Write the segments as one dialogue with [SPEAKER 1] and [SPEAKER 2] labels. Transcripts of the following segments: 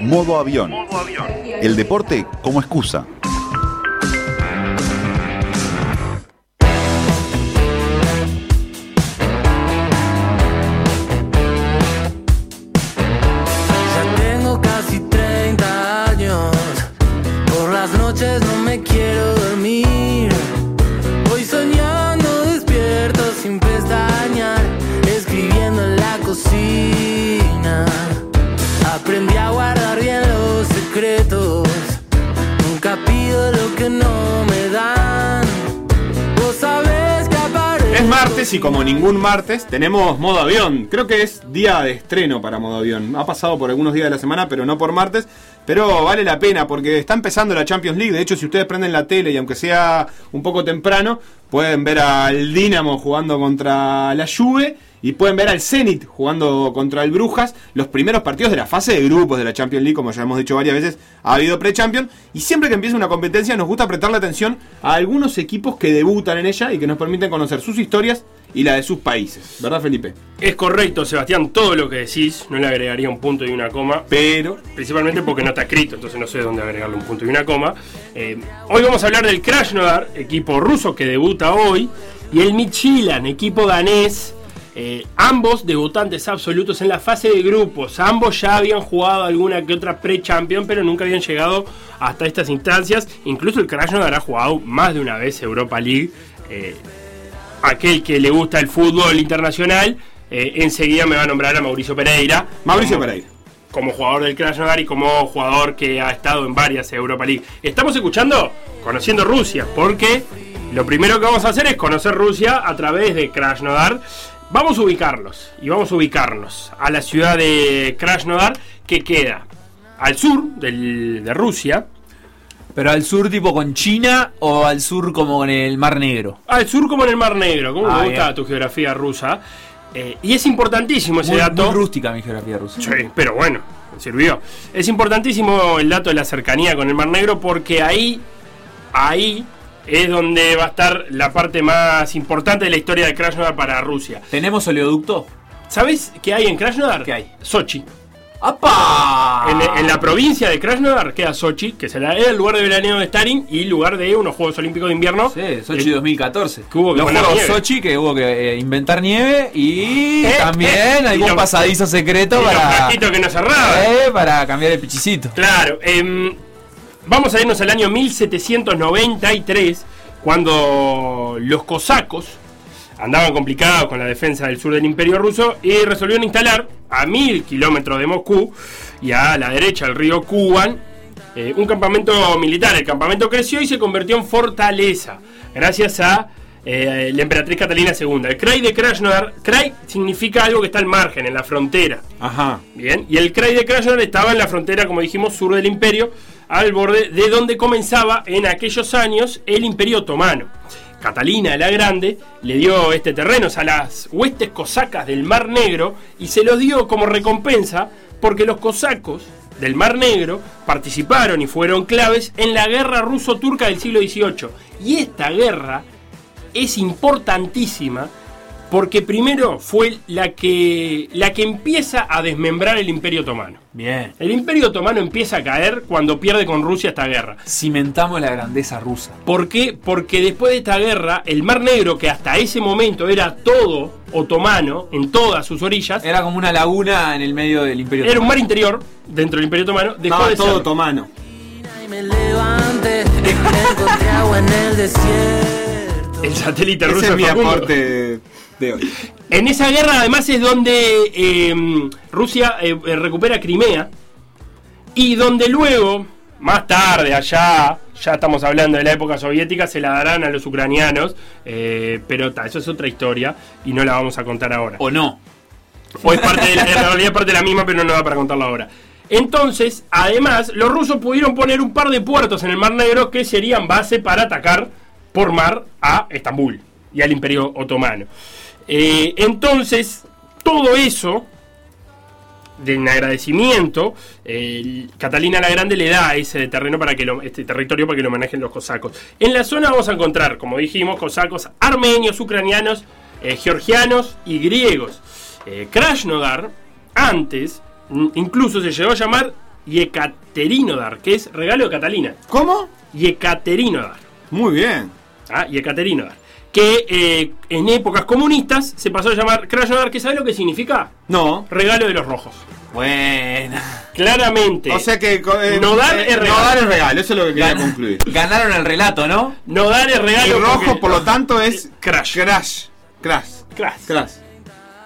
[SPEAKER 1] Modo avión. El deporte como excusa.
[SPEAKER 2] Ya tengo casi 30 años. Por las noches no me quiero dormir. Voy soñando despierto sin pestañear, escribiendo en la cocina. Aprendí a guardar bien los secretos. Nunca pido lo que no me dan. Vos sabés que aparece.
[SPEAKER 3] Es martes y como ningún martes tenemos modo avión. Creo que es día de estreno para modo avión. Ha pasado por algunos días de la semana, pero no por martes. Pero vale la pena porque está empezando la Champions League. De hecho, si ustedes prenden la tele y aunque sea un poco temprano, pueden ver al Dinamo jugando contra la Juve y pueden ver al Zenit jugando contra el Brujas. Los primeros partidos de la fase de grupos de la Champions League, como ya hemos dicho varias veces, ha habido pre-Champion. Y siempre que empieza una competencia nos gusta prestarle atención a algunos equipos que debutan en ella y que nos permiten conocer sus historias y la de sus países. ¿Verdad, Felipe?
[SPEAKER 4] Es correcto, Sebastián, todo lo que decís. No le agregaría un punto y una coma.
[SPEAKER 3] Pero
[SPEAKER 4] Principalmente porque no está escrito, entonces no sé dónde agregarle un punto y una coma. Eh, hoy vamos a hablar del Krasnodar, equipo ruso que debuta hoy, y el Michilan, equipo danés. eh, ambos debutantes absolutos en la fase de grupos. Ambos ya habían jugado alguna que otra pre-champion, pero nunca habían llegado hasta estas instancias. Incluso el Krasnodar ha jugado más de una vez Europa League. eh, aquel que le gusta el fútbol internacional, eh, enseguida me va a nombrar a Mauricio Pereira.
[SPEAKER 3] Mauricio
[SPEAKER 4] Como-
[SPEAKER 3] Pereira.
[SPEAKER 4] Como jugador del Krasnodar y como jugador que ha estado en varias Europa League. Estamos escuchando Conociendo Rusia, porque lo primero que vamos a hacer es conocer Rusia a través de Krasnodar. Vamos a ubicarlos y vamos a ubicarnos a la ciudad de Krasnodar que queda al sur del- de Rusia,
[SPEAKER 5] Pero al sur tipo con China o al sur como con el Mar Negro.
[SPEAKER 4] Al sur como en el Mar Negro, como
[SPEAKER 5] Ah,
[SPEAKER 4] me gusta
[SPEAKER 5] bien.
[SPEAKER 4] tu geografía rusa. Eh, y es importantísimo ese
[SPEAKER 5] Muy,
[SPEAKER 4] dato.
[SPEAKER 5] muy rústica mi geografía rusa.
[SPEAKER 4] Sí, pero bueno, sirvió. Es importantísimo el dato de la cercanía con el Mar Negro porque ahí, ahí es donde va a estar la parte más importante de la historia de Krasnodar para Rusia.
[SPEAKER 5] ¿Tenemos oleoducto?
[SPEAKER 4] ¿Sabes qué hay en Krasnodar?
[SPEAKER 5] ¿Qué hay? Ah.
[SPEAKER 4] Sochi.
[SPEAKER 5] ¡Apa!
[SPEAKER 4] En, en la provincia de Krasnodar queda Sochi, que será el lugar de veraneo de Stalin y lugar de unos Juegos Olímpicos de Invierno.
[SPEAKER 5] Sí, Sochi
[SPEAKER 4] Eh,
[SPEAKER 5] 2014.
[SPEAKER 4] que hubo que
[SPEAKER 5] Los
[SPEAKER 4] poner
[SPEAKER 5] juegos
[SPEAKER 4] nieve.
[SPEAKER 5] Sochi que hubo que eh, inventar nieve y
[SPEAKER 4] Eh,
[SPEAKER 5] también
[SPEAKER 4] eh, y
[SPEAKER 5] algún
[SPEAKER 4] los-
[SPEAKER 5] pasadizo secreto
[SPEAKER 4] y los
[SPEAKER 5] para.
[SPEAKER 4] frasquitos que no cerraban.
[SPEAKER 5] Eh, para cambiar el pichicito.
[SPEAKER 4] Claro, em, vamos a irnos al año 1793, cuando los cosacos andaban complicados con la defensa del sur del imperio ruso y resolvieron instalar a mil kilómetros de Moscú y a la derecha del río Kuban eh, un campamento militar. El campamento creció y se convirtió en fortaleza gracias a eh, la emperatriz Catalina II. El Krai de Krasnodar, Krai significa algo que está al margen, en la frontera.
[SPEAKER 3] Ajá.
[SPEAKER 4] Bien, y el Krai de Krasnodar estaba en la frontera, como dijimos, sur del imperio, al borde de donde comenzaba en aquellos años el imperio otomano. Catalina la Grande le dio este terreno a las huestes cosacas del Mar Negro y se los dio como recompensa porque los cosacos del Mar Negro participaron y fueron claves en la guerra ruso-turca del siglo XVIII. Y esta guerra es importantísima porque primero fue la que, la que empieza a desmembrar el Imperio Otomano.
[SPEAKER 5] Bien.
[SPEAKER 4] El Imperio Otomano empieza a caer cuando pierde con Rusia esta guerra.
[SPEAKER 5] Cimentamos la grandeza rusa.
[SPEAKER 4] ¿Por qué? Porque después de esta guerra, el Mar Negro, que hasta ese momento era todo otomano, en todas sus orillas,
[SPEAKER 5] Era como una laguna en el medio del imperio.
[SPEAKER 4] era un mar interior dentro del Imperio Otomano, dejó
[SPEAKER 3] Estaba
[SPEAKER 4] de
[SPEAKER 3] todo
[SPEAKER 4] serlo.
[SPEAKER 3] otomano.
[SPEAKER 2] Y me levanté, encontré agua en el desierto.
[SPEAKER 4] El satélite ruso
[SPEAKER 3] Ese es mi
[SPEAKER 4] Facundo.
[SPEAKER 3] aporte de hoy.
[SPEAKER 4] En esa guerra además es donde eh, Rusia eh, eh, recupera Crimea y donde luego, más tarde, allá, ya estamos hablando de la época soviética, se la darán a los ucranianos, eh, pero ta, eso es otra historia y no la vamos a contar ahora.
[SPEAKER 5] ¿O no?
[SPEAKER 4] O es parte de la, en realidad es parte de la misma, pero no da para contarla ahora. Entonces, además, los rusos pudieron poner un par de puertos en el Mar Negro que serían base para atacar por mar a Estambul y al Imperio Otomano. Eh, entonces, todo eso de en agradecimiento, eh, Catalina la Grande le da ese terreno para que lo- este territorio para que lo manejen los cosacos. En la zona vamos a encontrar, como dijimos, cosacos armenios, ucranianos, eh, georgianos y griegos. Eh, Krasnodar antes mm, incluso se llegó a llamar Yekaterinodar, que es regalo de Catalina.
[SPEAKER 3] ¿Cómo?
[SPEAKER 4] Yekaterinodar.
[SPEAKER 3] Muy bien.
[SPEAKER 4] Ah, Yekaterinodar. Que eh, en épocas comunistas se pasó a llamar Krasnodar, que sabe lo que significa?
[SPEAKER 3] No.
[SPEAKER 4] Regalo de los rojos.
[SPEAKER 5] Bueno.
[SPEAKER 4] Claramente.
[SPEAKER 3] O sea que. co- eh,
[SPEAKER 4] Nodar es regalo.
[SPEAKER 3] Nodar es regalo, eso es lo que quería
[SPEAKER 5] Gan-
[SPEAKER 3] concluir.
[SPEAKER 5] Ganaron el relato, ¿no?
[SPEAKER 4] no dar el
[SPEAKER 3] Y
[SPEAKER 4] regalo.
[SPEAKER 3] rojo,
[SPEAKER 4] porque-
[SPEAKER 3] por lo tanto, es.
[SPEAKER 4] Crash.
[SPEAKER 3] Crash. Crash.
[SPEAKER 4] Crash.
[SPEAKER 3] Crash.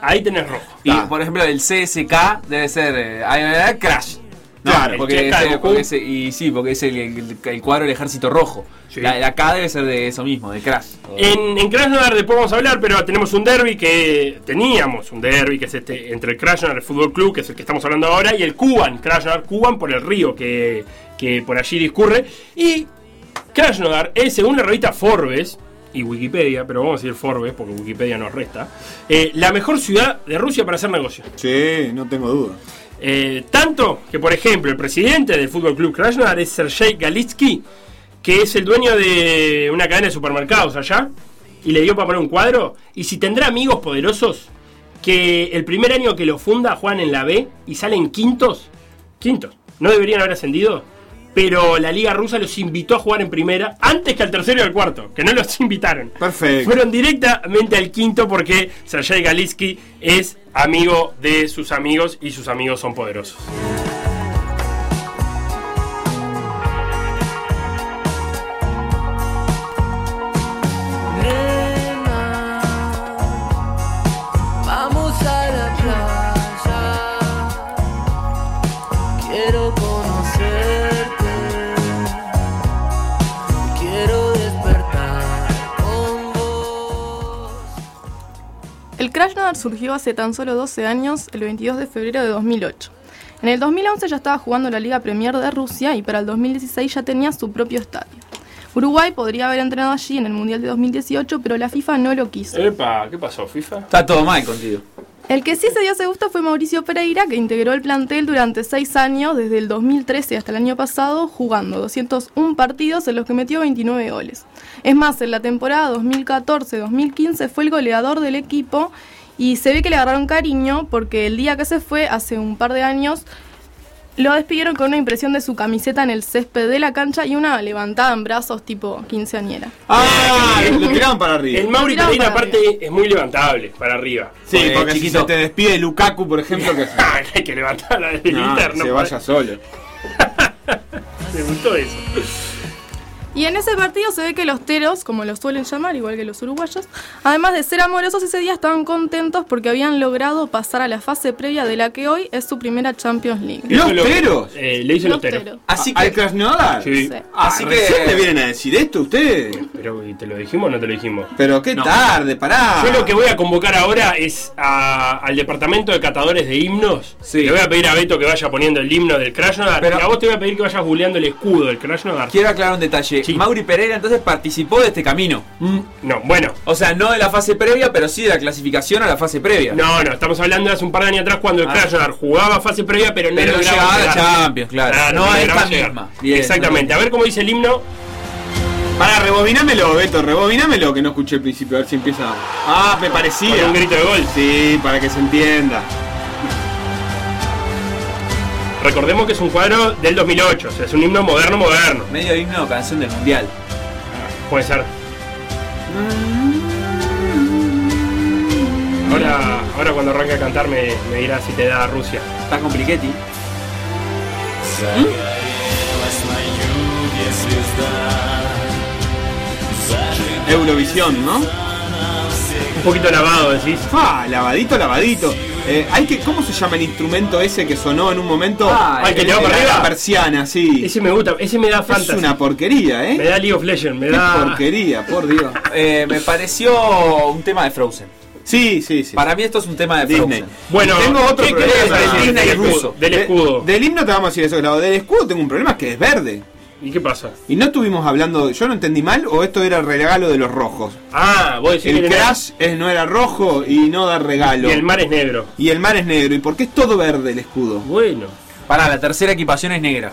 [SPEAKER 4] Ahí tenés rojo.
[SPEAKER 5] Y
[SPEAKER 3] Ah.
[SPEAKER 5] por ejemplo, el CSK debe ser. eh, ay, ay, ay, Crash. No,
[SPEAKER 3] Claro,
[SPEAKER 4] el
[SPEAKER 5] porque,
[SPEAKER 4] Cheka de
[SPEAKER 5] ese-
[SPEAKER 4] Goku.
[SPEAKER 5] porque ese- y sí, porque es el, el- el cuadro del ejército rojo.
[SPEAKER 4] Sí.
[SPEAKER 5] La, la K debe ser de eso mismo, de Crash.
[SPEAKER 4] En, en Krasnodar después vamos a hablar, pero tenemos un derby que teníamos, un derby que es este entre el Krasnodar el Fútbol Club, que es el que estamos hablando ahora, y el Kuban, Krasnodar Kuban por el río que, que por allí discurre. Y Krasnodar es, según la revista Forbes y Wikipedia, pero vamos a decir Forbes porque Wikipedia nos resta, eh, la mejor ciudad de Rusia para hacer negocios.
[SPEAKER 3] Sí, no tengo duda.
[SPEAKER 4] Eh, tanto que, por ejemplo, el presidente del Fútbol Club Krasnodar es Sergei Galitsky, que es el dueño de una cadena de supermercados allá, y le dio para poner un cuadro. Y si tendrá amigos poderosos que el primer año que lo funda juegan en la B y salen quintos, quintos, no deberían haber ascendido. Pero la Liga Rusa los invitó a jugar en primera antes que al tercero y al cuarto, que no los invitaron.
[SPEAKER 3] Perfecto.
[SPEAKER 4] Fueron directamente al quinto porque Sergei Galitsky es amigo de sus amigos y sus amigos son poderosos.
[SPEAKER 2] Nena, vamos a la playa. Quiero conocerte. Quiero despertar con vos.
[SPEAKER 6] El Krasnodar surgió hace tan solo 12 años, el 22 de febrero de 2008. En el 2011 ya estaba jugando la Liga Premier de Rusia y para el 2016 ya tenía su propio estadio. Uruguay podría haber entrenado allí en el Mundial de 2018, pero la FIFA no lo quiso.
[SPEAKER 4] Epa, ¿qué pasó, FIFA?
[SPEAKER 5] Está todo mal contigo.
[SPEAKER 6] El que sí se dio ese gusto fue Mauricio Pereira, que integró el plantel durante seis años, desde el 2013 hasta el año pasado, jugando 201 partidos en los que metió 29 goles. Es más, en la temporada 2014-2015 fue el goleador del equipo y se ve que le agarraron cariño porque el día que se fue, hace un par de años, lo despidieron con una impresión de su camiseta en el césped de la cancha y una levantada en brazos tipo quinceañera.
[SPEAKER 3] Ah, lo tiraban para
[SPEAKER 4] El
[SPEAKER 3] arriba.
[SPEAKER 4] Mauri
[SPEAKER 6] Mirá,
[SPEAKER 4] Pereira,
[SPEAKER 6] para
[SPEAKER 4] aparte, es muy levantable para arriba.
[SPEAKER 3] Sí,
[SPEAKER 5] Eh,
[SPEAKER 3] porque
[SPEAKER 5] chiquito.
[SPEAKER 3] si se te despide Lukaku, por ejemplo, que
[SPEAKER 4] Hay que levantar la del
[SPEAKER 3] No,
[SPEAKER 4] interno.
[SPEAKER 3] se vaya solo.
[SPEAKER 4] Me gustó eso.
[SPEAKER 6] Y en ese partido se ve que los teros, como los suelen llamar, igual que los uruguayos, además de ser amorosos ese día, estaban contentos porque habían logrado pasar a la fase previa de la que hoy es su primera Champions League.
[SPEAKER 3] ¿Los
[SPEAKER 4] Eso lo-
[SPEAKER 3] teros?
[SPEAKER 4] eh, le hice los
[SPEAKER 6] Los
[SPEAKER 4] teros.
[SPEAKER 6] teros.
[SPEAKER 5] Así
[SPEAKER 3] ¿Al
[SPEAKER 5] que.
[SPEAKER 3] Krasnodar?
[SPEAKER 4] Sí.
[SPEAKER 6] Sí.
[SPEAKER 3] Ah,
[SPEAKER 5] Así que-
[SPEAKER 3] ¿recién le vienen a decir esto ustedes?
[SPEAKER 4] Pero, ¿y ¿te lo dijimos o no te lo dijimos?
[SPEAKER 3] Pero qué tarde, pará.
[SPEAKER 4] Yo lo que voy a convocar ahora es a- al departamento de catadores de himnos.
[SPEAKER 5] Sí.
[SPEAKER 4] Le voy a pedir a Beto que vaya poniendo el himno del Krasnodar.
[SPEAKER 5] Pero-
[SPEAKER 4] y a vos te voy a pedir que vayas googleando el escudo del Krasnodar.
[SPEAKER 5] Quiero aclarar un detalle.
[SPEAKER 4] Sí.
[SPEAKER 5] Mauri Pereira entonces participó de este camino.
[SPEAKER 4] Mm, No, bueno.
[SPEAKER 5] O sea, no de la fase previa, pero sí de la clasificación a la fase previa.
[SPEAKER 4] No, no, estamos hablando de hace un par de años atrás cuando el
[SPEAKER 5] Ah.
[SPEAKER 4] Krasnodar jugaba fase previa, pero no
[SPEAKER 5] Pero
[SPEAKER 4] lograba
[SPEAKER 5] llegaba a la
[SPEAKER 4] llegar.
[SPEAKER 5] Champions, claro.
[SPEAKER 4] Claro,
[SPEAKER 5] No a
[SPEAKER 4] lograba
[SPEAKER 5] esta
[SPEAKER 4] llegar.
[SPEAKER 5] misma. Bien,
[SPEAKER 4] Exactamente. A ver cómo dice el himno.
[SPEAKER 3] Pará, rebobinamelo, Beto, rebobinamelo, que no escuché al principio, a ver si empieza. Ah, me
[SPEAKER 4] Con
[SPEAKER 3] parecía.
[SPEAKER 4] un grito de gol.
[SPEAKER 3] Sí, para que se entienda.
[SPEAKER 4] Recordemos que es un cuadro del 2008, o sea, es un himno moderno, moderno.
[SPEAKER 5] Medio himno o canción del mundial.
[SPEAKER 4] Puede ser. Ahora, ahora cuando arranque a cantar me, me dirá si te da Rusia.
[SPEAKER 5] Está con Brichetti.
[SPEAKER 3] Eurovisión, ¿no?
[SPEAKER 4] Un poquito lavado, decís.
[SPEAKER 3] Ah, lavadito, lavadito. Eh, hay que, ¿Cómo se llama el instrumento ese que sonó en un momento?
[SPEAKER 5] Ah,
[SPEAKER 4] el que
[SPEAKER 3] El-
[SPEAKER 4] le va
[SPEAKER 3] el-
[SPEAKER 4] para
[SPEAKER 3] la
[SPEAKER 4] arriba.
[SPEAKER 3] persiana, sí.
[SPEAKER 4] Ese me gusta, ese me da
[SPEAKER 3] Es
[SPEAKER 4] fantasy.
[SPEAKER 3] una porquería,
[SPEAKER 4] Me
[SPEAKER 3] ¿eh?
[SPEAKER 4] da League of Legends, me
[SPEAKER 3] Qué
[SPEAKER 4] da.
[SPEAKER 3] porquería, por Dios.
[SPEAKER 5] Eh, me pareció un tema de Frozen.
[SPEAKER 3] Sí, sí, sí.
[SPEAKER 5] Para mí esto es un tema de
[SPEAKER 3] Disney.
[SPEAKER 5] Frozen.
[SPEAKER 4] Bueno,
[SPEAKER 3] Tengo otro
[SPEAKER 4] ¿qué
[SPEAKER 3] problema. Ah,
[SPEAKER 4] querés decir
[SPEAKER 5] Disney
[SPEAKER 4] del
[SPEAKER 5] ruso.
[SPEAKER 4] escudo? Del
[SPEAKER 3] De-
[SPEAKER 4] escudo.
[SPEAKER 3] del himno te vamos a decir eso, claro. Del escudo tengo un problema, que es verde.
[SPEAKER 4] ¿Y qué pasa?
[SPEAKER 3] Y no estuvimos hablando, yo no entendí mal, o esto era el regalo de los rojos.
[SPEAKER 4] Ah, vos decís que
[SPEAKER 3] el
[SPEAKER 4] el
[SPEAKER 3] crash es- no era rojo y no da regalo.
[SPEAKER 4] y el mar es negro.
[SPEAKER 3] Y el mar es negro. ¿Y por qué es todo verde el escudo?
[SPEAKER 4] Bueno.
[SPEAKER 5] Para la tercera equipación es negra.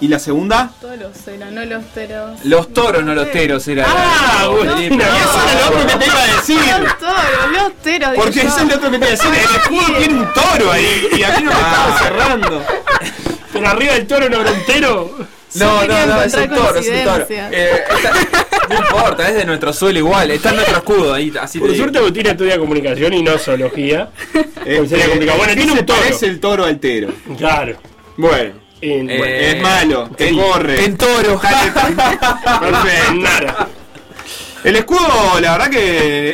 [SPEAKER 3] ¿Y la segunda?
[SPEAKER 6] Todos los eran, no los teros.
[SPEAKER 5] Los toros, no los teros, era.
[SPEAKER 4] Ah, bueno.
[SPEAKER 5] Sí,
[SPEAKER 4] No,
[SPEAKER 5] pero-
[SPEAKER 4] eso
[SPEAKER 3] Ah,
[SPEAKER 4] era lo otro que te iba a decir.
[SPEAKER 6] Los toros, los teros. digo
[SPEAKER 3] Porque
[SPEAKER 6] yo.
[SPEAKER 3] Ah. eso es lo otro que te decía. El escudo tiene un toro ahí. Y a mí no me estaba cerrando.
[SPEAKER 4] Pero arriba del toro no era un tero.
[SPEAKER 5] No, no,
[SPEAKER 6] quería
[SPEAKER 5] no, es un
[SPEAKER 6] encontrar
[SPEAKER 5] toro, es un toro.
[SPEAKER 6] coincidencia.
[SPEAKER 5] Eh, está- no importa, es de nuestro suelo igual. Está en nuestro escudo ahí, así te
[SPEAKER 4] Por
[SPEAKER 5] digo.
[SPEAKER 4] suerte Agustina estudia comunicación y no zoología.
[SPEAKER 3] Este,
[SPEAKER 4] Pues sería complicado. Bueno,
[SPEAKER 3] ¿qué
[SPEAKER 4] tiene
[SPEAKER 3] se
[SPEAKER 4] un toro.
[SPEAKER 3] parece el toro altero.
[SPEAKER 4] Claro.
[SPEAKER 3] Bueno,
[SPEAKER 4] En,
[SPEAKER 5] Eh,
[SPEAKER 4] bueno,
[SPEAKER 3] es malo, que corre.
[SPEAKER 5] En toro.
[SPEAKER 4] en nada.
[SPEAKER 3] El escudo, la verdad que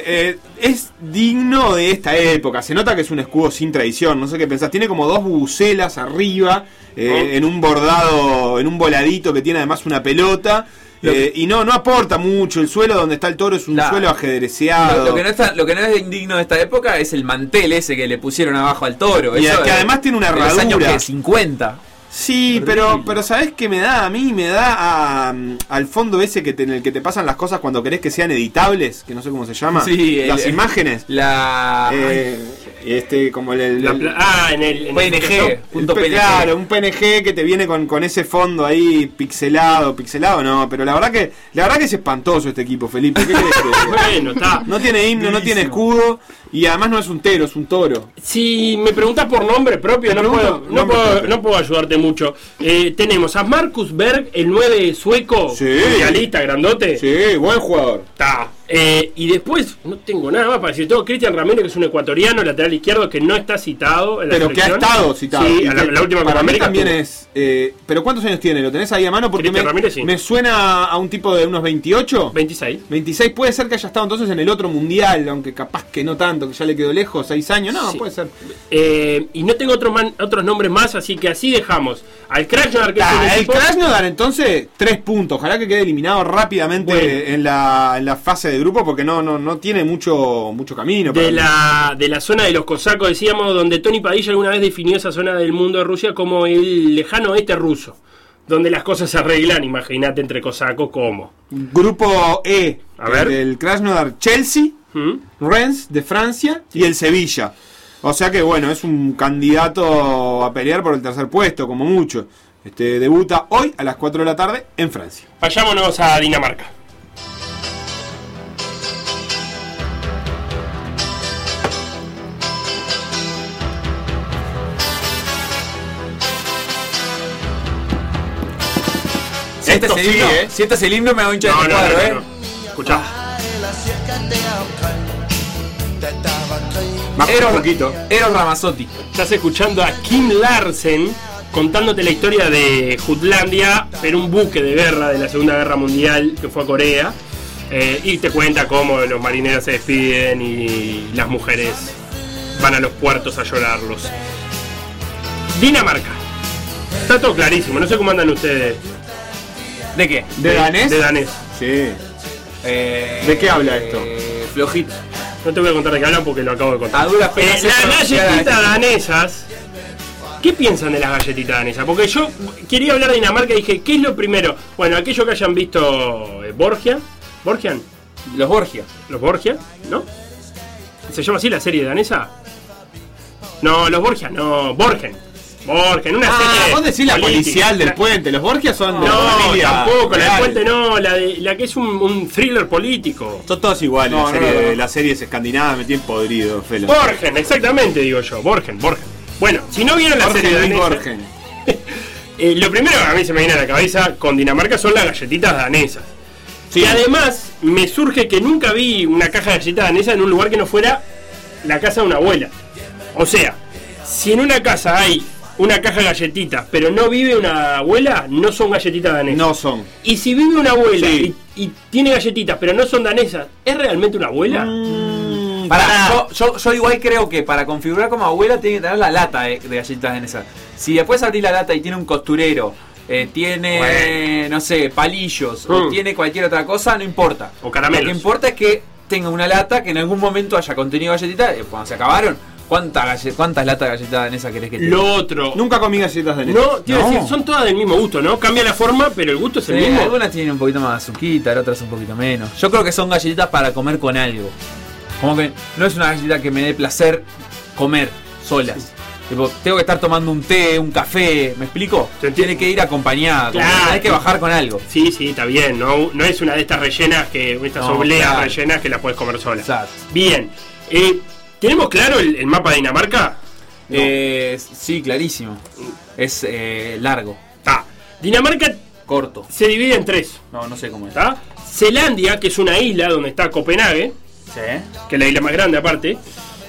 [SPEAKER 3] eh, es digno de esta época. Se nota que es un escudo sin tradición. No sé qué pensás. Tiene como dos bucelas arriba, eh,
[SPEAKER 4] Oh.
[SPEAKER 3] en un bordado, en un voladito que tiene además una pelota. eh, y no, no aporta mucho. El suelo donde está el toro es un
[SPEAKER 5] La-
[SPEAKER 3] suelo ajedreceado.
[SPEAKER 5] Lo, lo que no está, lo que no es indigno de esta época es el mantel ese que le pusieron abajo al toro.
[SPEAKER 3] Y
[SPEAKER 5] Eso
[SPEAKER 3] que
[SPEAKER 5] de-
[SPEAKER 3] además tiene una
[SPEAKER 5] de los años
[SPEAKER 3] herradura.
[SPEAKER 5] que 50.
[SPEAKER 3] Sí, pero, pero ¿sabes qué me da a mí? Me da a, mm, al fondo ese que te- en el que te pasan las cosas cuando querés que sean editables, que no sé cómo se llama.
[SPEAKER 5] Sí, el-
[SPEAKER 3] Ah, las imágenes.
[SPEAKER 5] La
[SPEAKER 3] Eh, este, como el. el-
[SPEAKER 4] La
[SPEAKER 3] el-
[SPEAKER 4] pla- ah, en el. en el-
[SPEAKER 5] PNG.
[SPEAKER 3] el
[SPEAKER 5] Punto
[SPEAKER 3] pe-
[SPEAKER 5] PNG.
[SPEAKER 3] Claro, un PNG que te viene con, con ese fondo ahí pixelado, pixelado no, pero la verdad que la verdad que es espantoso este equipo, Felipe. ¿qué querés que te diga?
[SPEAKER 4] Bueno, está.
[SPEAKER 3] no tiene himno, no tiene escudo y además no es un tero, es un toro.
[SPEAKER 4] Si me preguntas por nombre propio, no
[SPEAKER 3] pregunto
[SPEAKER 4] puedo, no,
[SPEAKER 3] nombre
[SPEAKER 4] puedo,
[SPEAKER 3] propio.
[SPEAKER 4] no puedo ayudarte mucho. Eh, tenemos a Marcus Berg, el 9 sueco,
[SPEAKER 3] Sí.
[SPEAKER 4] mundialista, grandote.
[SPEAKER 3] Sí, buen jugador.
[SPEAKER 4] Está. Eh, y después, no tengo nada más para decir. Tengo Cristian Ramiro, que es un ecuatoriano, lateral izquierdo, que no está citado. En la
[SPEAKER 3] Pero que ha
[SPEAKER 4] selección.
[SPEAKER 3] estado citado.
[SPEAKER 4] Sí,
[SPEAKER 3] Y
[SPEAKER 4] a la,
[SPEAKER 3] que
[SPEAKER 4] la última
[SPEAKER 3] para
[SPEAKER 4] Copa
[SPEAKER 3] mí
[SPEAKER 4] América
[SPEAKER 3] también
[SPEAKER 4] estuvo.
[SPEAKER 3] es. eh, ¿Pero cuántos años tiene? ¿Lo tenés ahí a mano? Porque me,
[SPEAKER 4] Cristian Ramírez, sí.
[SPEAKER 3] me suena a un tipo de unos 28.
[SPEAKER 4] 26.
[SPEAKER 3] 26 puede ser que haya estado entonces en el otro mundial, aunque capaz que no tanto, que ya le quedó lejos, 6 años, no,
[SPEAKER 4] Sí.
[SPEAKER 3] puede ser.
[SPEAKER 4] Eh, y no tengo otros man- otros nombres más, así que así dejamos. Al Krasnodar, que es un
[SPEAKER 3] Ah, el
[SPEAKER 4] equipo-
[SPEAKER 3] Krasnodar entonces, 3 puntos, ojalá que quede eliminado rápidamente
[SPEAKER 4] Bueno.
[SPEAKER 3] en, la, en la fase de grupo porque no, no, no tiene mucho, mucho camino. para
[SPEAKER 4] de
[SPEAKER 3] mí.
[SPEAKER 4] la, de la zona de los cosacos, decíamos, donde Tony Padilla alguna vez definió esa zona del mundo de Rusia como el lejano oeste ruso, donde las cosas se arreglan, imagínate, entre cosacos, como.
[SPEAKER 3] Grupo E,
[SPEAKER 4] A ver.
[SPEAKER 3] del Krasnodar, Chelsea. Rennes de Francia y el Sevilla. O sea que bueno, es un candidato a pelear por el tercer puesto, como mucho. Este debuta hoy a las 4 de la tarde en Francia.
[SPEAKER 4] Vayámonos a Dinamarca.
[SPEAKER 5] Si este,
[SPEAKER 4] Esto
[SPEAKER 5] es el
[SPEAKER 4] sí,
[SPEAKER 5] himno,
[SPEAKER 4] ¿eh?
[SPEAKER 5] si este es el himno, me hago hincha de
[SPEAKER 4] No,
[SPEAKER 5] este
[SPEAKER 4] no,
[SPEAKER 5] cuadro,
[SPEAKER 4] no,
[SPEAKER 5] ¿eh?
[SPEAKER 4] no, no. Escuchá.
[SPEAKER 3] Más
[SPEAKER 5] Eros,
[SPEAKER 3] un poquito.
[SPEAKER 5] Eros Ramazzotti.
[SPEAKER 4] Estás escuchando a Kim Larsen contándote la historia de Jutlandia, pero un buque de guerra de la Segunda Guerra Mundial que fue a Corea. eh, y te cuenta cómo los marineros se despiden y las mujeres van a los puertos a llorarlos. Dinamarca. Está todo clarísimo, no sé cómo andan ustedes.
[SPEAKER 5] ¿De qué?
[SPEAKER 3] ¿De danés?
[SPEAKER 4] De danés.
[SPEAKER 3] Sí.
[SPEAKER 5] Eh,
[SPEAKER 3] ¿De qué habla esto?
[SPEAKER 5] eh, flojito.
[SPEAKER 4] No te voy a contar de qué hablan porque lo acabo de contar.
[SPEAKER 5] A duras penas
[SPEAKER 4] Eh, las
[SPEAKER 5] esto-
[SPEAKER 4] galletitas danesas. ¿Qué piensan de las galletitas danesas? Porque yo quería hablar de Dinamarca y dije, ¿qué es lo primero? Bueno, aquellos que hayan visto eh, Borgia. ¿Borgian?
[SPEAKER 5] Los Borgia.
[SPEAKER 4] ¿Los Borgia? ¿No? ¿Se llama así la serie danesa? No, los Borgia, no, Borgen. Borgen, una
[SPEAKER 3] Ah,
[SPEAKER 4] serie.
[SPEAKER 3] vos decís la
[SPEAKER 4] política.
[SPEAKER 3] policial del
[SPEAKER 4] La-
[SPEAKER 3] puente. Los Borgias son de la
[SPEAKER 4] No,
[SPEAKER 3] familia
[SPEAKER 4] tampoco, la del
[SPEAKER 3] real.
[SPEAKER 4] puente no, la, de- la que es un, un thriller político.
[SPEAKER 3] Son todos iguales.
[SPEAKER 5] No,
[SPEAKER 3] la
[SPEAKER 5] no,
[SPEAKER 3] serie,
[SPEAKER 5] no, no.
[SPEAKER 3] Las series escandinavas me tienen podrido, Felo.
[SPEAKER 4] Borgen, exactamente digo yo, Borgen, Borgen. Bueno, si no vieron la serie
[SPEAKER 3] Borgen, Luis
[SPEAKER 4] danesa,
[SPEAKER 3] Borgen.
[SPEAKER 4] eh, lo primero que a mí se me viene a la cabeza con Dinamarca son las galletitas danesas.
[SPEAKER 3] Sí.
[SPEAKER 4] Y además me surge que nunca vi una caja de galletas danesas en un lugar que no fuera la casa de una abuela. O sea, si en una casa hay una caja de galletitas, pero no vive una abuela, no son galletitas danesas.
[SPEAKER 3] No son.
[SPEAKER 4] Y si vive una abuela
[SPEAKER 3] Sí.
[SPEAKER 4] y, y tiene galletitas, pero no son danesas, ¿es realmente una abuela?
[SPEAKER 3] Mm.
[SPEAKER 5] Pará, yo, yo, yo igual creo que para configurar como abuela tiene que tener la lata eh, de galletitas en esa. Si después abrís la lata y tiene un costurero, eh, tiene, no sé, palillos o
[SPEAKER 4] Mm.
[SPEAKER 5] tiene cualquier otra cosa, no importa.
[SPEAKER 4] O caramelos.
[SPEAKER 5] Lo que importa es que tenga una lata que en algún momento haya contenido galletitas. eh, cuando se acabaron, ¿cuántas, galle- cuántas latas de galletitas en esa querés que tenga?
[SPEAKER 4] Lo otro.
[SPEAKER 3] Nunca comí galletas de
[SPEAKER 4] No, te iba a
[SPEAKER 5] No.
[SPEAKER 4] decir, son todas del mismo gusto, ¿no? Cambia la forma, pero el gusto es el
[SPEAKER 5] Sí,
[SPEAKER 4] mismo.
[SPEAKER 5] algunas tienen un poquito más de azuquita, otras un poquito menos. Yo creo que son galletitas para comer con algo. Como que no es una galleta que me dé placer comer solas. Tipo, tengo que estar tomando un té, un café, ¿me explico?
[SPEAKER 4] Te entiendo.
[SPEAKER 5] Tiene que ir acompañada, como que
[SPEAKER 4] Claro.
[SPEAKER 5] tenés que bajar con algo.
[SPEAKER 4] Sí, sí, está bien. No, no es una de estas rellenas que. estas
[SPEAKER 5] No,
[SPEAKER 4] obleas
[SPEAKER 5] claro.
[SPEAKER 4] rellenas que las puedes comer sola.
[SPEAKER 5] Exacto.
[SPEAKER 4] Bien. Eh, ¿Tenemos claro el, el mapa de Dinamarca?
[SPEAKER 5] Eh, sí, clarísimo. Es eh, largo,
[SPEAKER 4] Está. Dinamarca
[SPEAKER 5] corto.
[SPEAKER 4] se divide en tres.
[SPEAKER 5] No, no sé cómo es.
[SPEAKER 4] ¿Está? Zelandia, que es una isla donde está Copenhague,
[SPEAKER 5] Sí. ¿eh?
[SPEAKER 4] que es la isla más grande aparte.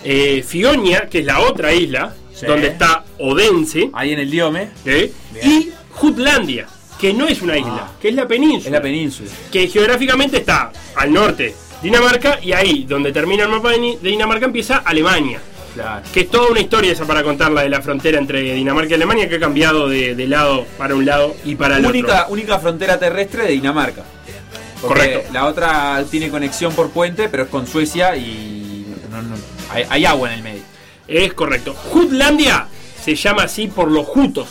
[SPEAKER 4] Eh, Fionia, que es la otra isla,
[SPEAKER 5] Sí.
[SPEAKER 4] donde está Odense.
[SPEAKER 5] Ahí en el diome
[SPEAKER 4] ¿eh?
[SPEAKER 5] Bien.
[SPEAKER 4] Y Jutlandia, que no es una isla,
[SPEAKER 5] Ah.
[SPEAKER 4] que es la
[SPEAKER 5] es
[SPEAKER 4] península.
[SPEAKER 5] la península.
[SPEAKER 4] que geográficamente está al norte Dinamarca y ahí, donde termina el mapa de Ni- de Dinamarca, empieza Alemania.
[SPEAKER 5] Claro.
[SPEAKER 4] Que es toda una historia esa para contarla de la frontera entre Dinamarca y Alemania que ha cambiado de, de lado para un lado y para el
[SPEAKER 5] única,
[SPEAKER 4] otro.
[SPEAKER 5] única frontera terrestre de Dinamarca. Porque
[SPEAKER 4] Correcto.
[SPEAKER 5] La otra tiene conexión por puente, pero es con Suecia y no- no- hay, hay agua en el medio.
[SPEAKER 4] Es correcto. Jutlandia se llama así por los jutos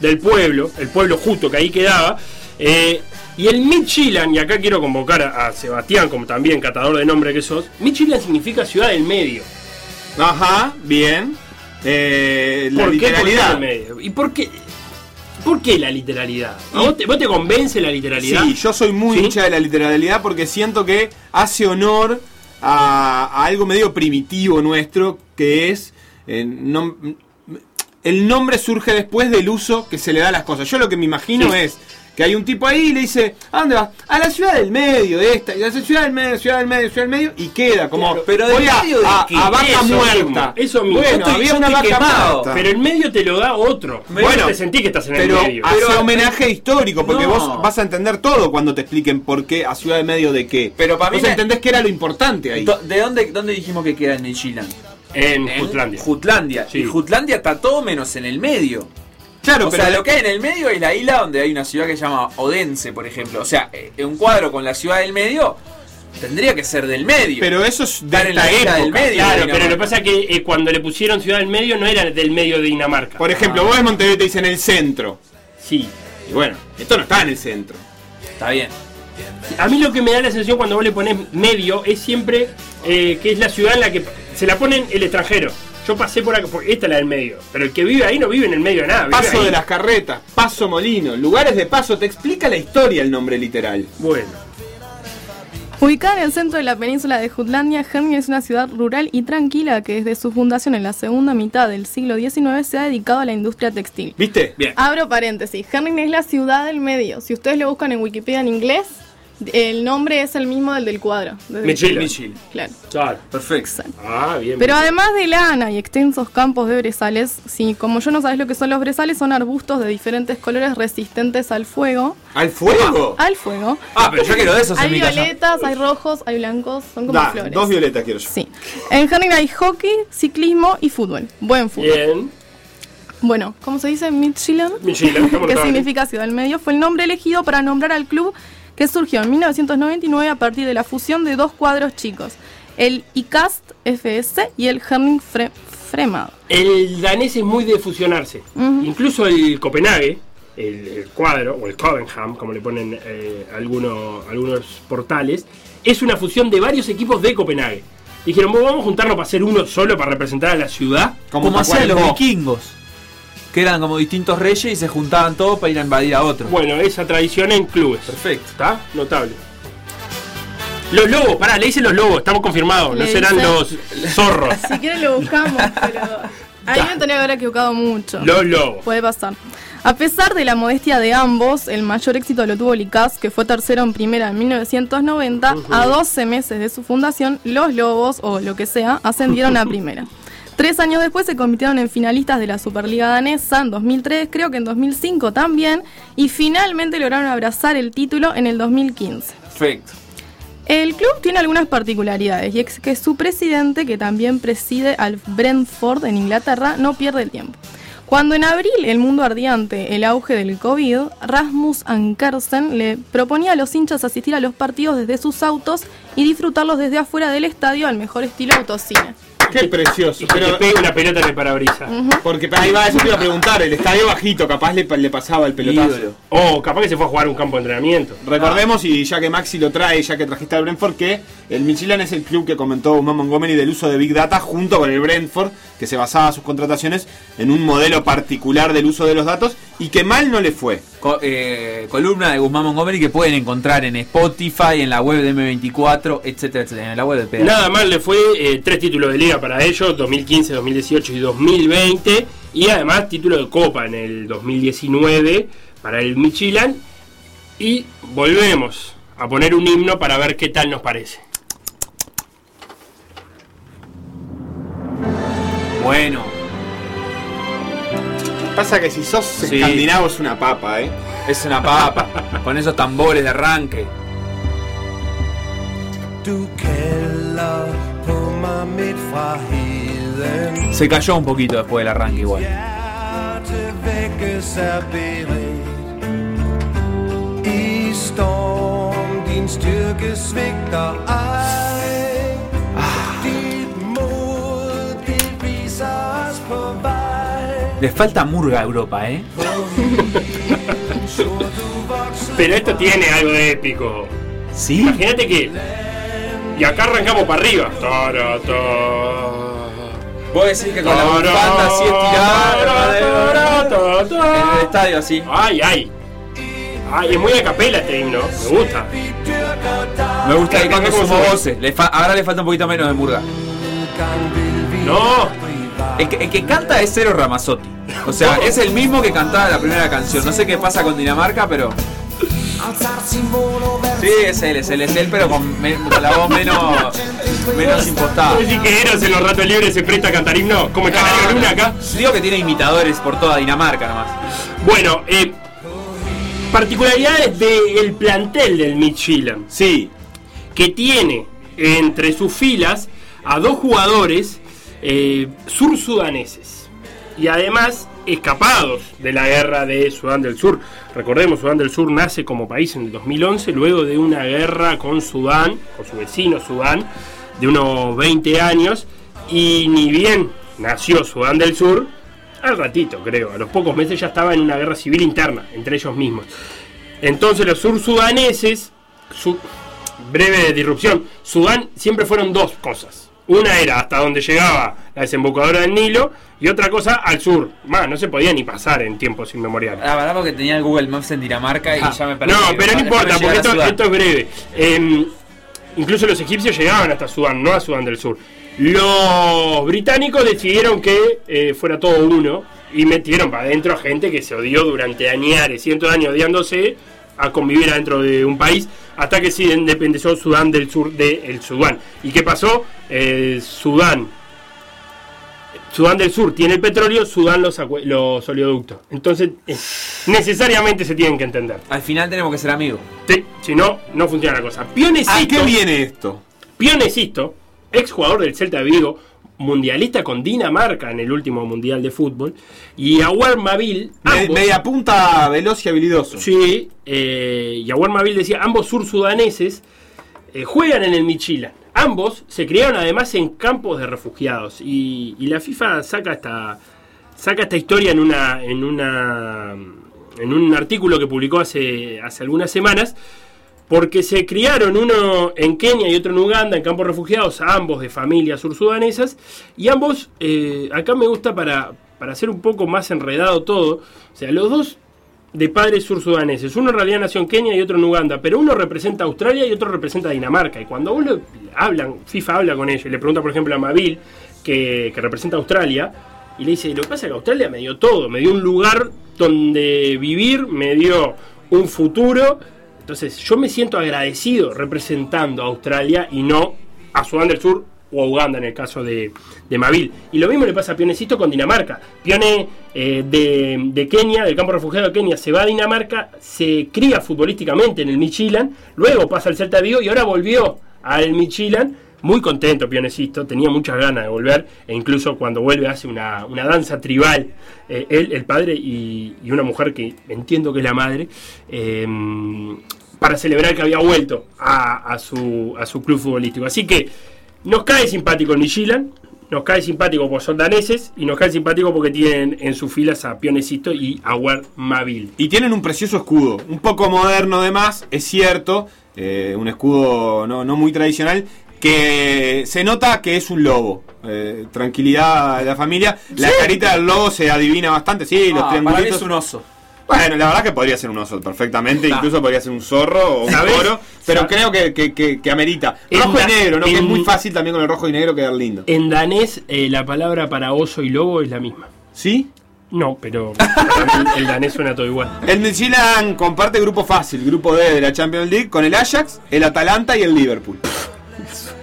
[SPEAKER 4] del pueblo, el pueblo juto que ahí quedaba. eh, y el Midtjylland, y acá quiero convocar a, a Sebastián, como también catador de nombre que sos, Midtjylland significa ciudad del medio.
[SPEAKER 3] Ajá, bien. Eh, la
[SPEAKER 4] ¿Por qué
[SPEAKER 3] literalidad.
[SPEAKER 4] por qué el medio? ¿Y por qué, por qué la literalidad? ¿A vos, te, vos te convence la literalidad?
[SPEAKER 3] Sí, yo soy muy
[SPEAKER 4] ¿Sí?
[SPEAKER 3] hincha de la literalidad porque siento que hace honor a, a algo medio primitivo nuestro, que es... eh, no- el nombre surge después del uso que se le da a las cosas. Yo lo que me imagino
[SPEAKER 4] Sí.
[SPEAKER 3] es que hay un tipo ahí y le dice, ¿a dónde vas? A la ciudad del medio, esta, y la ciudad del medio, ciudad del medio, ciudad del medio, y queda como,
[SPEAKER 5] Claro, pero ¿del
[SPEAKER 3] voy a,
[SPEAKER 5] medio de
[SPEAKER 3] a-
[SPEAKER 5] qué?
[SPEAKER 3] a vaca
[SPEAKER 4] Eso
[SPEAKER 3] muerta.
[SPEAKER 4] mismo, eso mismo. Yo
[SPEAKER 3] Bueno,
[SPEAKER 5] estoy-
[SPEAKER 3] había
[SPEAKER 5] yo
[SPEAKER 3] una vaca
[SPEAKER 5] estoy quemado.
[SPEAKER 3] muerta.
[SPEAKER 4] Pero el medio te lo da otro.
[SPEAKER 3] Bueno,
[SPEAKER 4] Bueno, te sentís que estás en
[SPEAKER 3] Pero
[SPEAKER 4] el medio.
[SPEAKER 3] hace
[SPEAKER 5] Pero-
[SPEAKER 3] homenaje histórico, porque
[SPEAKER 5] No.
[SPEAKER 3] vos vas a entender todo cuando te expliquen por qué a Ciudad de Medio de qué.
[SPEAKER 5] Pero para mí
[SPEAKER 3] Vos
[SPEAKER 5] me-
[SPEAKER 3] entendés que era lo importante ahí.
[SPEAKER 5] Do- ¿De dónde, dónde dijimos que queda en Michiland?
[SPEAKER 4] En Jutlandia.
[SPEAKER 5] Jutlandia.
[SPEAKER 4] Sí.
[SPEAKER 5] Y Jutlandia está todo menos en el medio.
[SPEAKER 3] Claro,
[SPEAKER 5] o
[SPEAKER 3] pero
[SPEAKER 5] sea, lo que hay en el medio es la isla donde hay una ciudad que se llama Odense, por ejemplo. O sea, eh, un cuadro con la ciudad del medio tendría que ser del medio.
[SPEAKER 3] pero eso es de
[SPEAKER 5] Estar en
[SPEAKER 3] esta
[SPEAKER 5] la isla
[SPEAKER 3] época.
[SPEAKER 5] del medio.
[SPEAKER 4] Claro,
[SPEAKER 5] Dinamarca.
[SPEAKER 4] pero lo que pasa es que eh, cuando le pusieron ciudad del medio no era del medio de Dinamarca.
[SPEAKER 3] Por e-
[SPEAKER 5] Ah.
[SPEAKER 3] ejemplo, vos en Montevideo te dicen el centro.
[SPEAKER 4] Sí.
[SPEAKER 3] Y bueno, esto no está en el centro.
[SPEAKER 5] Está bien.
[SPEAKER 4] A mí lo que me da la sensación cuando vos le pones medio es siempre eh, que es la ciudad en la que se la ponen el extranjero. Yo pasé por acá, por- esta es la del medio. Pero el que vive ahí no vive en el medio de nada. vive
[SPEAKER 3] Paso
[SPEAKER 4] ahí.
[SPEAKER 3] de las carretas, paso molino, lugares de paso. Te explica la historia el nombre literal.
[SPEAKER 4] Bueno.
[SPEAKER 6] Ubicada en el centro de la península de Jutlandia, Herning es una ciudad rural y tranquila que desde su fundación en la segunda mitad del siglo XIX se ha dedicado a la industria textil.
[SPEAKER 3] ¿Viste?
[SPEAKER 5] Bien.
[SPEAKER 6] Abro paréntesis, Herning es la ciudad del medio. Si ustedes lo buscan en Wikipedia en inglés, el nombre es el mismo del del cuadro. desde-
[SPEAKER 4] Michila.
[SPEAKER 5] Michiland.
[SPEAKER 6] Claro.
[SPEAKER 4] Claro.
[SPEAKER 5] Perfecto.
[SPEAKER 4] Ah, bien.
[SPEAKER 6] Pero además de lana y extensos campos de brezales, si como yo no sabes lo que son los brezales, son arbustos de diferentes colores resistentes al fuego.
[SPEAKER 3] ¿Al fuego?
[SPEAKER 6] Al fuego.
[SPEAKER 5] Ah, pero yo quiero de esos en
[SPEAKER 6] Hay
[SPEAKER 5] mi casa.
[SPEAKER 6] violetas, hay rojos, hay blancos, son como
[SPEAKER 3] Da,
[SPEAKER 6] flores.
[SPEAKER 3] dos violetas quiero yo.
[SPEAKER 6] Sí. En Herning hay hockey, ciclismo y fútbol. Buen fútbol.
[SPEAKER 4] Bien.
[SPEAKER 6] Bueno, ¿cómo se dice? Midtjylland.
[SPEAKER 4] Midtjylland, ¿cómo
[SPEAKER 6] que
[SPEAKER 4] estaba?
[SPEAKER 6] significa Ciudad del Medio. Fue el nombre elegido para nombrar al club que surgió en 1999 a partir de la fusión de dos cuadros chicos. El ICAST FS y el Herning Fre- Fremad.
[SPEAKER 4] El danés es muy de fusionarse.
[SPEAKER 6] Ujú.
[SPEAKER 4] Incluso el Copenhague, el, el cuadro, o el Covenham, como le ponen eh, alguno- algunos portales, es una fusión de varios equipos de Copenhague. Dijeron, "Bueno, vamos a juntarnos para hacer uno solo para representar a la ciudad.
[SPEAKER 5] Como hacían los
[SPEAKER 3] Tacuarembó.
[SPEAKER 5] vikingos. Que eran como distintos reyes y se juntaban todos para ir a invadir a otro.
[SPEAKER 4] Bueno, esa tradición en clubes.
[SPEAKER 5] Perfecto.
[SPEAKER 4] ¿Está? Notable. Los lobos, pará, le dicen los lobos, estamos confirmados, no
[SPEAKER 6] Le
[SPEAKER 4] serán
[SPEAKER 6] dicen-
[SPEAKER 4] los zorros.
[SPEAKER 6] Si quieren lo buscamos, pero ahí me tenía que haber equivocado mucho.
[SPEAKER 4] los lobos.
[SPEAKER 6] Puede pasar. A pesar de la modestia de ambos, el mayor éxito lo tuvo Licaz, que fue tercero en primera en 1990. A 12 meses de su fundación, los Lobos, o lo que sea, ascendieron a primera. Tres años después se convirtieron en finalistas de la Superliga Danesa en 2003, creo que en 2005 también, y finalmente lograron abrazar el título en el 2015.
[SPEAKER 5] Perfecto.
[SPEAKER 6] El club tiene algunas particularidades y es que su presidente, que también preside al Brentford en Inglaterra, no pierde el tiempo. Cuando en abril el mundo ardía ante el auge del COVID, Rasmus Ankersen le proponía a los hinchas asistir a los partidos desde sus autos y disfrutarlos desde afuera del estadio al mejor estilo autocine.
[SPEAKER 3] Qué precioso.
[SPEAKER 4] Y que te
[SPEAKER 3] Pero,
[SPEAKER 4] pegue una pelota en el parabrisas.
[SPEAKER 3] porque ahí va, eso te iba a preguntar. El estadio bajito, capaz le, le pasaba el pelotazo.
[SPEAKER 5] Ídolo.
[SPEAKER 4] O Oh, capaz que se fue a jugar a un campo de entrenamiento.
[SPEAKER 3] Recordemos, y ya que Maxi lo trae, ya que trajiste al Brentford, que el Midtjylland es el club que comentó Guzmán Montgomery del uso de Big Data junto con el Brentford, que se basaba sus contrataciones en un modelo particular del uso de los datos y que mal no le fue.
[SPEAKER 5] co- eh, columna de Guzmán Montgomery que pueden encontrar en Spotify, en la web de M24, etcétera, etcétera, en la web de PDA.
[SPEAKER 4] Nada más le fue eh, tres títulos de liga para ellos, 2015, 2018 y 2020. Y además título de copa en el 2019 para el Michilan. Y volvemos a poner un himno para ver qué tal nos parece.
[SPEAKER 5] Bueno,
[SPEAKER 3] Pasa que si sos
[SPEAKER 5] Sí.
[SPEAKER 3] escandinavo es una papa, ¿eh?
[SPEAKER 5] es una papa, con esos tambores de arranque.
[SPEAKER 2] Du kalder på mig midt fra heden
[SPEAKER 5] Se cayó un poquito después del arranque igual.
[SPEAKER 2] Hjerte vækkes af beridt I storm din styrke svigter ej Dit mod det viser os på vej
[SPEAKER 5] Le falta murga a Europa, ¿eh?
[SPEAKER 4] Pero esto tiene algo de épico.
[SPEAKER 5] Sí.
[SPEAKER 4] Imagínate que. Y acá arrancamos para arriba. Tara, ta.
[SPEAKER 5] Vos decís que con la bufanda así estirada
[SPEAKER 4] Tara, ta, ta.
[SPEAKER 5] en el estadio así.
[SPEAKER 4] Ay, ay. Ay, es muy a capela este himno. Me gusta.
[SPEAKER 5] Me gusta ahí cuando
[SPEAKER 4] Cantando
[SPEAKER 5] sumo
[SPEAKER 4] como si-
[SPEAKER 5] voces. Le fa- ahora le falta un poquito menos de murga.
[SPEAKER 4] No.
[SPEAKER 5] El que, el que canta es Cero Ramazzotti. O sea,
[SPEAKER 4] Oh.
[SPEAKER 5] es el mismo que cantaba la primera canción. No sé qué pasa con Dinamarca, pero. Sí, es él, es él, es él, pero con, me- con la voz menos, menos impostada.
[SPEAKER 4] ¿Vos decís que Eros en los ratos libres se presta a cantar himno? Como el
[SPEAKER 5] Ah.
[SPEAKER 4] canario Luna acá.
[SPEAKER 5] Digo que tiene imitadores por toda Dinamarca nomás.
[SPEAKER 4] Bueno, eh, particularidades del plantel del Midtjylland.
[SPEAKER 3] Sí.
[SPEAKER 4] que tiene entre sus filas a dos jugadores eh, sursudaneses y además escapados de la guerra de Sudán del Sur. Recordemos, Sudán del Sur nace como país en el 2011 luego de una guerra con Sudán, con su vecino Sudán, de unos 20 años y ni bien nació Sudán del Sur, al ratito creo, a los pocos meses ya estaba en una guerra civil interna entre ellos mismos. Entonces los sursudaneses, su- breve disrupción, Sudán siempre fueron dos cosas. Una era hasta donde llegaba la desembocadura del Nilo y otra cosa al sur. Más, no se podía ni pasar en tiempos inmemoriales.
[SPEAKER 5] La verdad, porque tenía el Google Maps en Dinamarca y
[SPEAKER 4] Ah,
[SPEAKER 5] ya me perdí.
[SPEAKER 4] no, pero no importa, porque esto, esto es breve. Eh, incluso los egipcios llegaban hasta Sudán, no a Sudán del Sur. Los británicos decidieron que eh, fuera todo uno y metieron para adentro a gente que se odió durante añares, cientos de años odiándose a convivir adentro de un país hasta que se independizó Sudán del Sur del Sudán. ¿Y qué pasó? Eh, Sudán Sudán del Sur tiene el petróleo, Sudán los, acue- los oleoductos. Entonces, eh, necesariamente se tienen que entender.
[SPEAKER 5] Al final tenemos que ser amigos.
[SPEAKER 4] Te- si no, no funciona la cosa.
[SPEAKER 3] ¿A Ah, qué
[SPEAKER 4] Pionecisto,
[SPEAKER 3] viene esto?
[SPEAKER 4] Pionecisto, ex jugador del Celta de Vigo, mundialista con Dinamarca en el último mundial de fútbol, y Aguar Mabil,
[SPEAKER 3] Me-
[SPEAKER 4] ambos-
[SPEAKER 3] media punta veloz y habilidoso.
[SPEAKER 4] Sí, eh, y Aguar Mabil decía, ambos sursudaneses eh, juegan en el Michilan. Ambos se criaron además en campos de refugiados. Y, y la FIFA saca esta, saca esta historia en una. en una. en un artículo que publicó hace, hace algunas semanas. Porque se criaron uno en Kenia y otro en Uganda, en campos refugiados, ambos de familias sursudanesas. Y ambos, eh, acá me gusta para, para hacer un poco más enredado todo. O sea, los dos de padres sursudaneses. Uno en realidad nació en Kenia y otro en Uganda, pero uno representa a Australia y otro representa a Dinamarca. Y cuando vos lo- hablan, FIFA habla con ellos y le pregunta, por ejemplo, a Mabil, que, que representa a Australia, y le dice, lo que pasa es que Australia me dio todo, me dio un lugar donde vivir, me dio un futuro. Entonces yo me siento agradecido representando a Australia y no a Sudán del Sur o a Uganda en el caso de, de Mabil. Y lo mismo le pasa a Pionecito con Dinamarca. Pione eh, de, de Kenia, del campo refugiado de Kenia, se va a Dinamarca, se cría futbolísticamente en el Michilan, luego pasa al Celta Vigo y ahora volvió al Michilan. Muy contento Pionecito, tenía muchas ganas de volver e incluso cuando vuelve hace una, una danza tribal. eh, él, el padre y, y una mujer que entiendo que es la madre. eh, para celebrar que había vuelto a, a su, a su club futbolístico. Así que nos cae simpático el Michilan, nos cae simpático porque son daneses y nos cae simpático porque tienen en sus filas a Pionecito y a War Mabil.
[SPEAKER 3] Y tienen un precioso escudo, un poco moderno de más, es cierto, eh, un escudo no, no muy tradicional, que se nota que es un lobo. Eh, tranquilidad de la familia, la carita del lobo se adivina bastante, sí, los
[SPEAKER 5] Ah, para mí
[SPEAKER 3] triangulitos.
[SPEAKER 5] es un oso.
[SPEAKER 3] Bueno, la verdad que podría ser un oso perfectamente,
[SPEAKER 5] Nah.
[SPEAKER 3] incluso podría ser un zorro o un
[SPEAKER 4] ¿Sabés?
[SPEAKER 3] toro, pero
[SPEAKER 4] ¿Sabés?
[SPEAKER 3] creo que, que- que- que amerita.
[SPEAKER 4] En
[SPEAKER 3] Rojo
[SPEAKER 4] la-
[SPEAKER 3] y negro, ¿no? que es
[SPEAKER 4] en-
[SPEAKER 3] muy fácil también con el rojo y negro quedar lindo.
[SPEAKER 4] En danés, eh, la palabra para oso y lobo es la misma.
[SPEAKER 3] ¿Sí?
[SPEAKER 4] No, pero el- el danés suena todo igual.
[SPEAKER 3] El Milan comparte grupo fácil, grupo D de la Champions League, con el Ajax, el Atalanta y el Liverpool.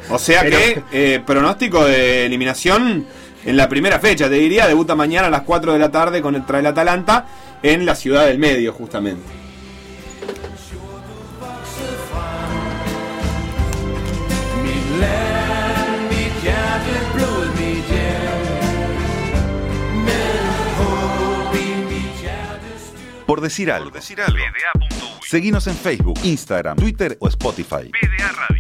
[SPEAKER 3] O sea que, eh, pronóstico de eliminación en la primera fecha, te diría, debuta mañana a las 4 de la tarde contra el Atalanta en la ciudad del medio, justamente.
[SPEAKER 1] Por decir algo. Seguinos en Facebook, Instagram, Twitter o Spotify.
[SPEAKER 7] PDA Radio.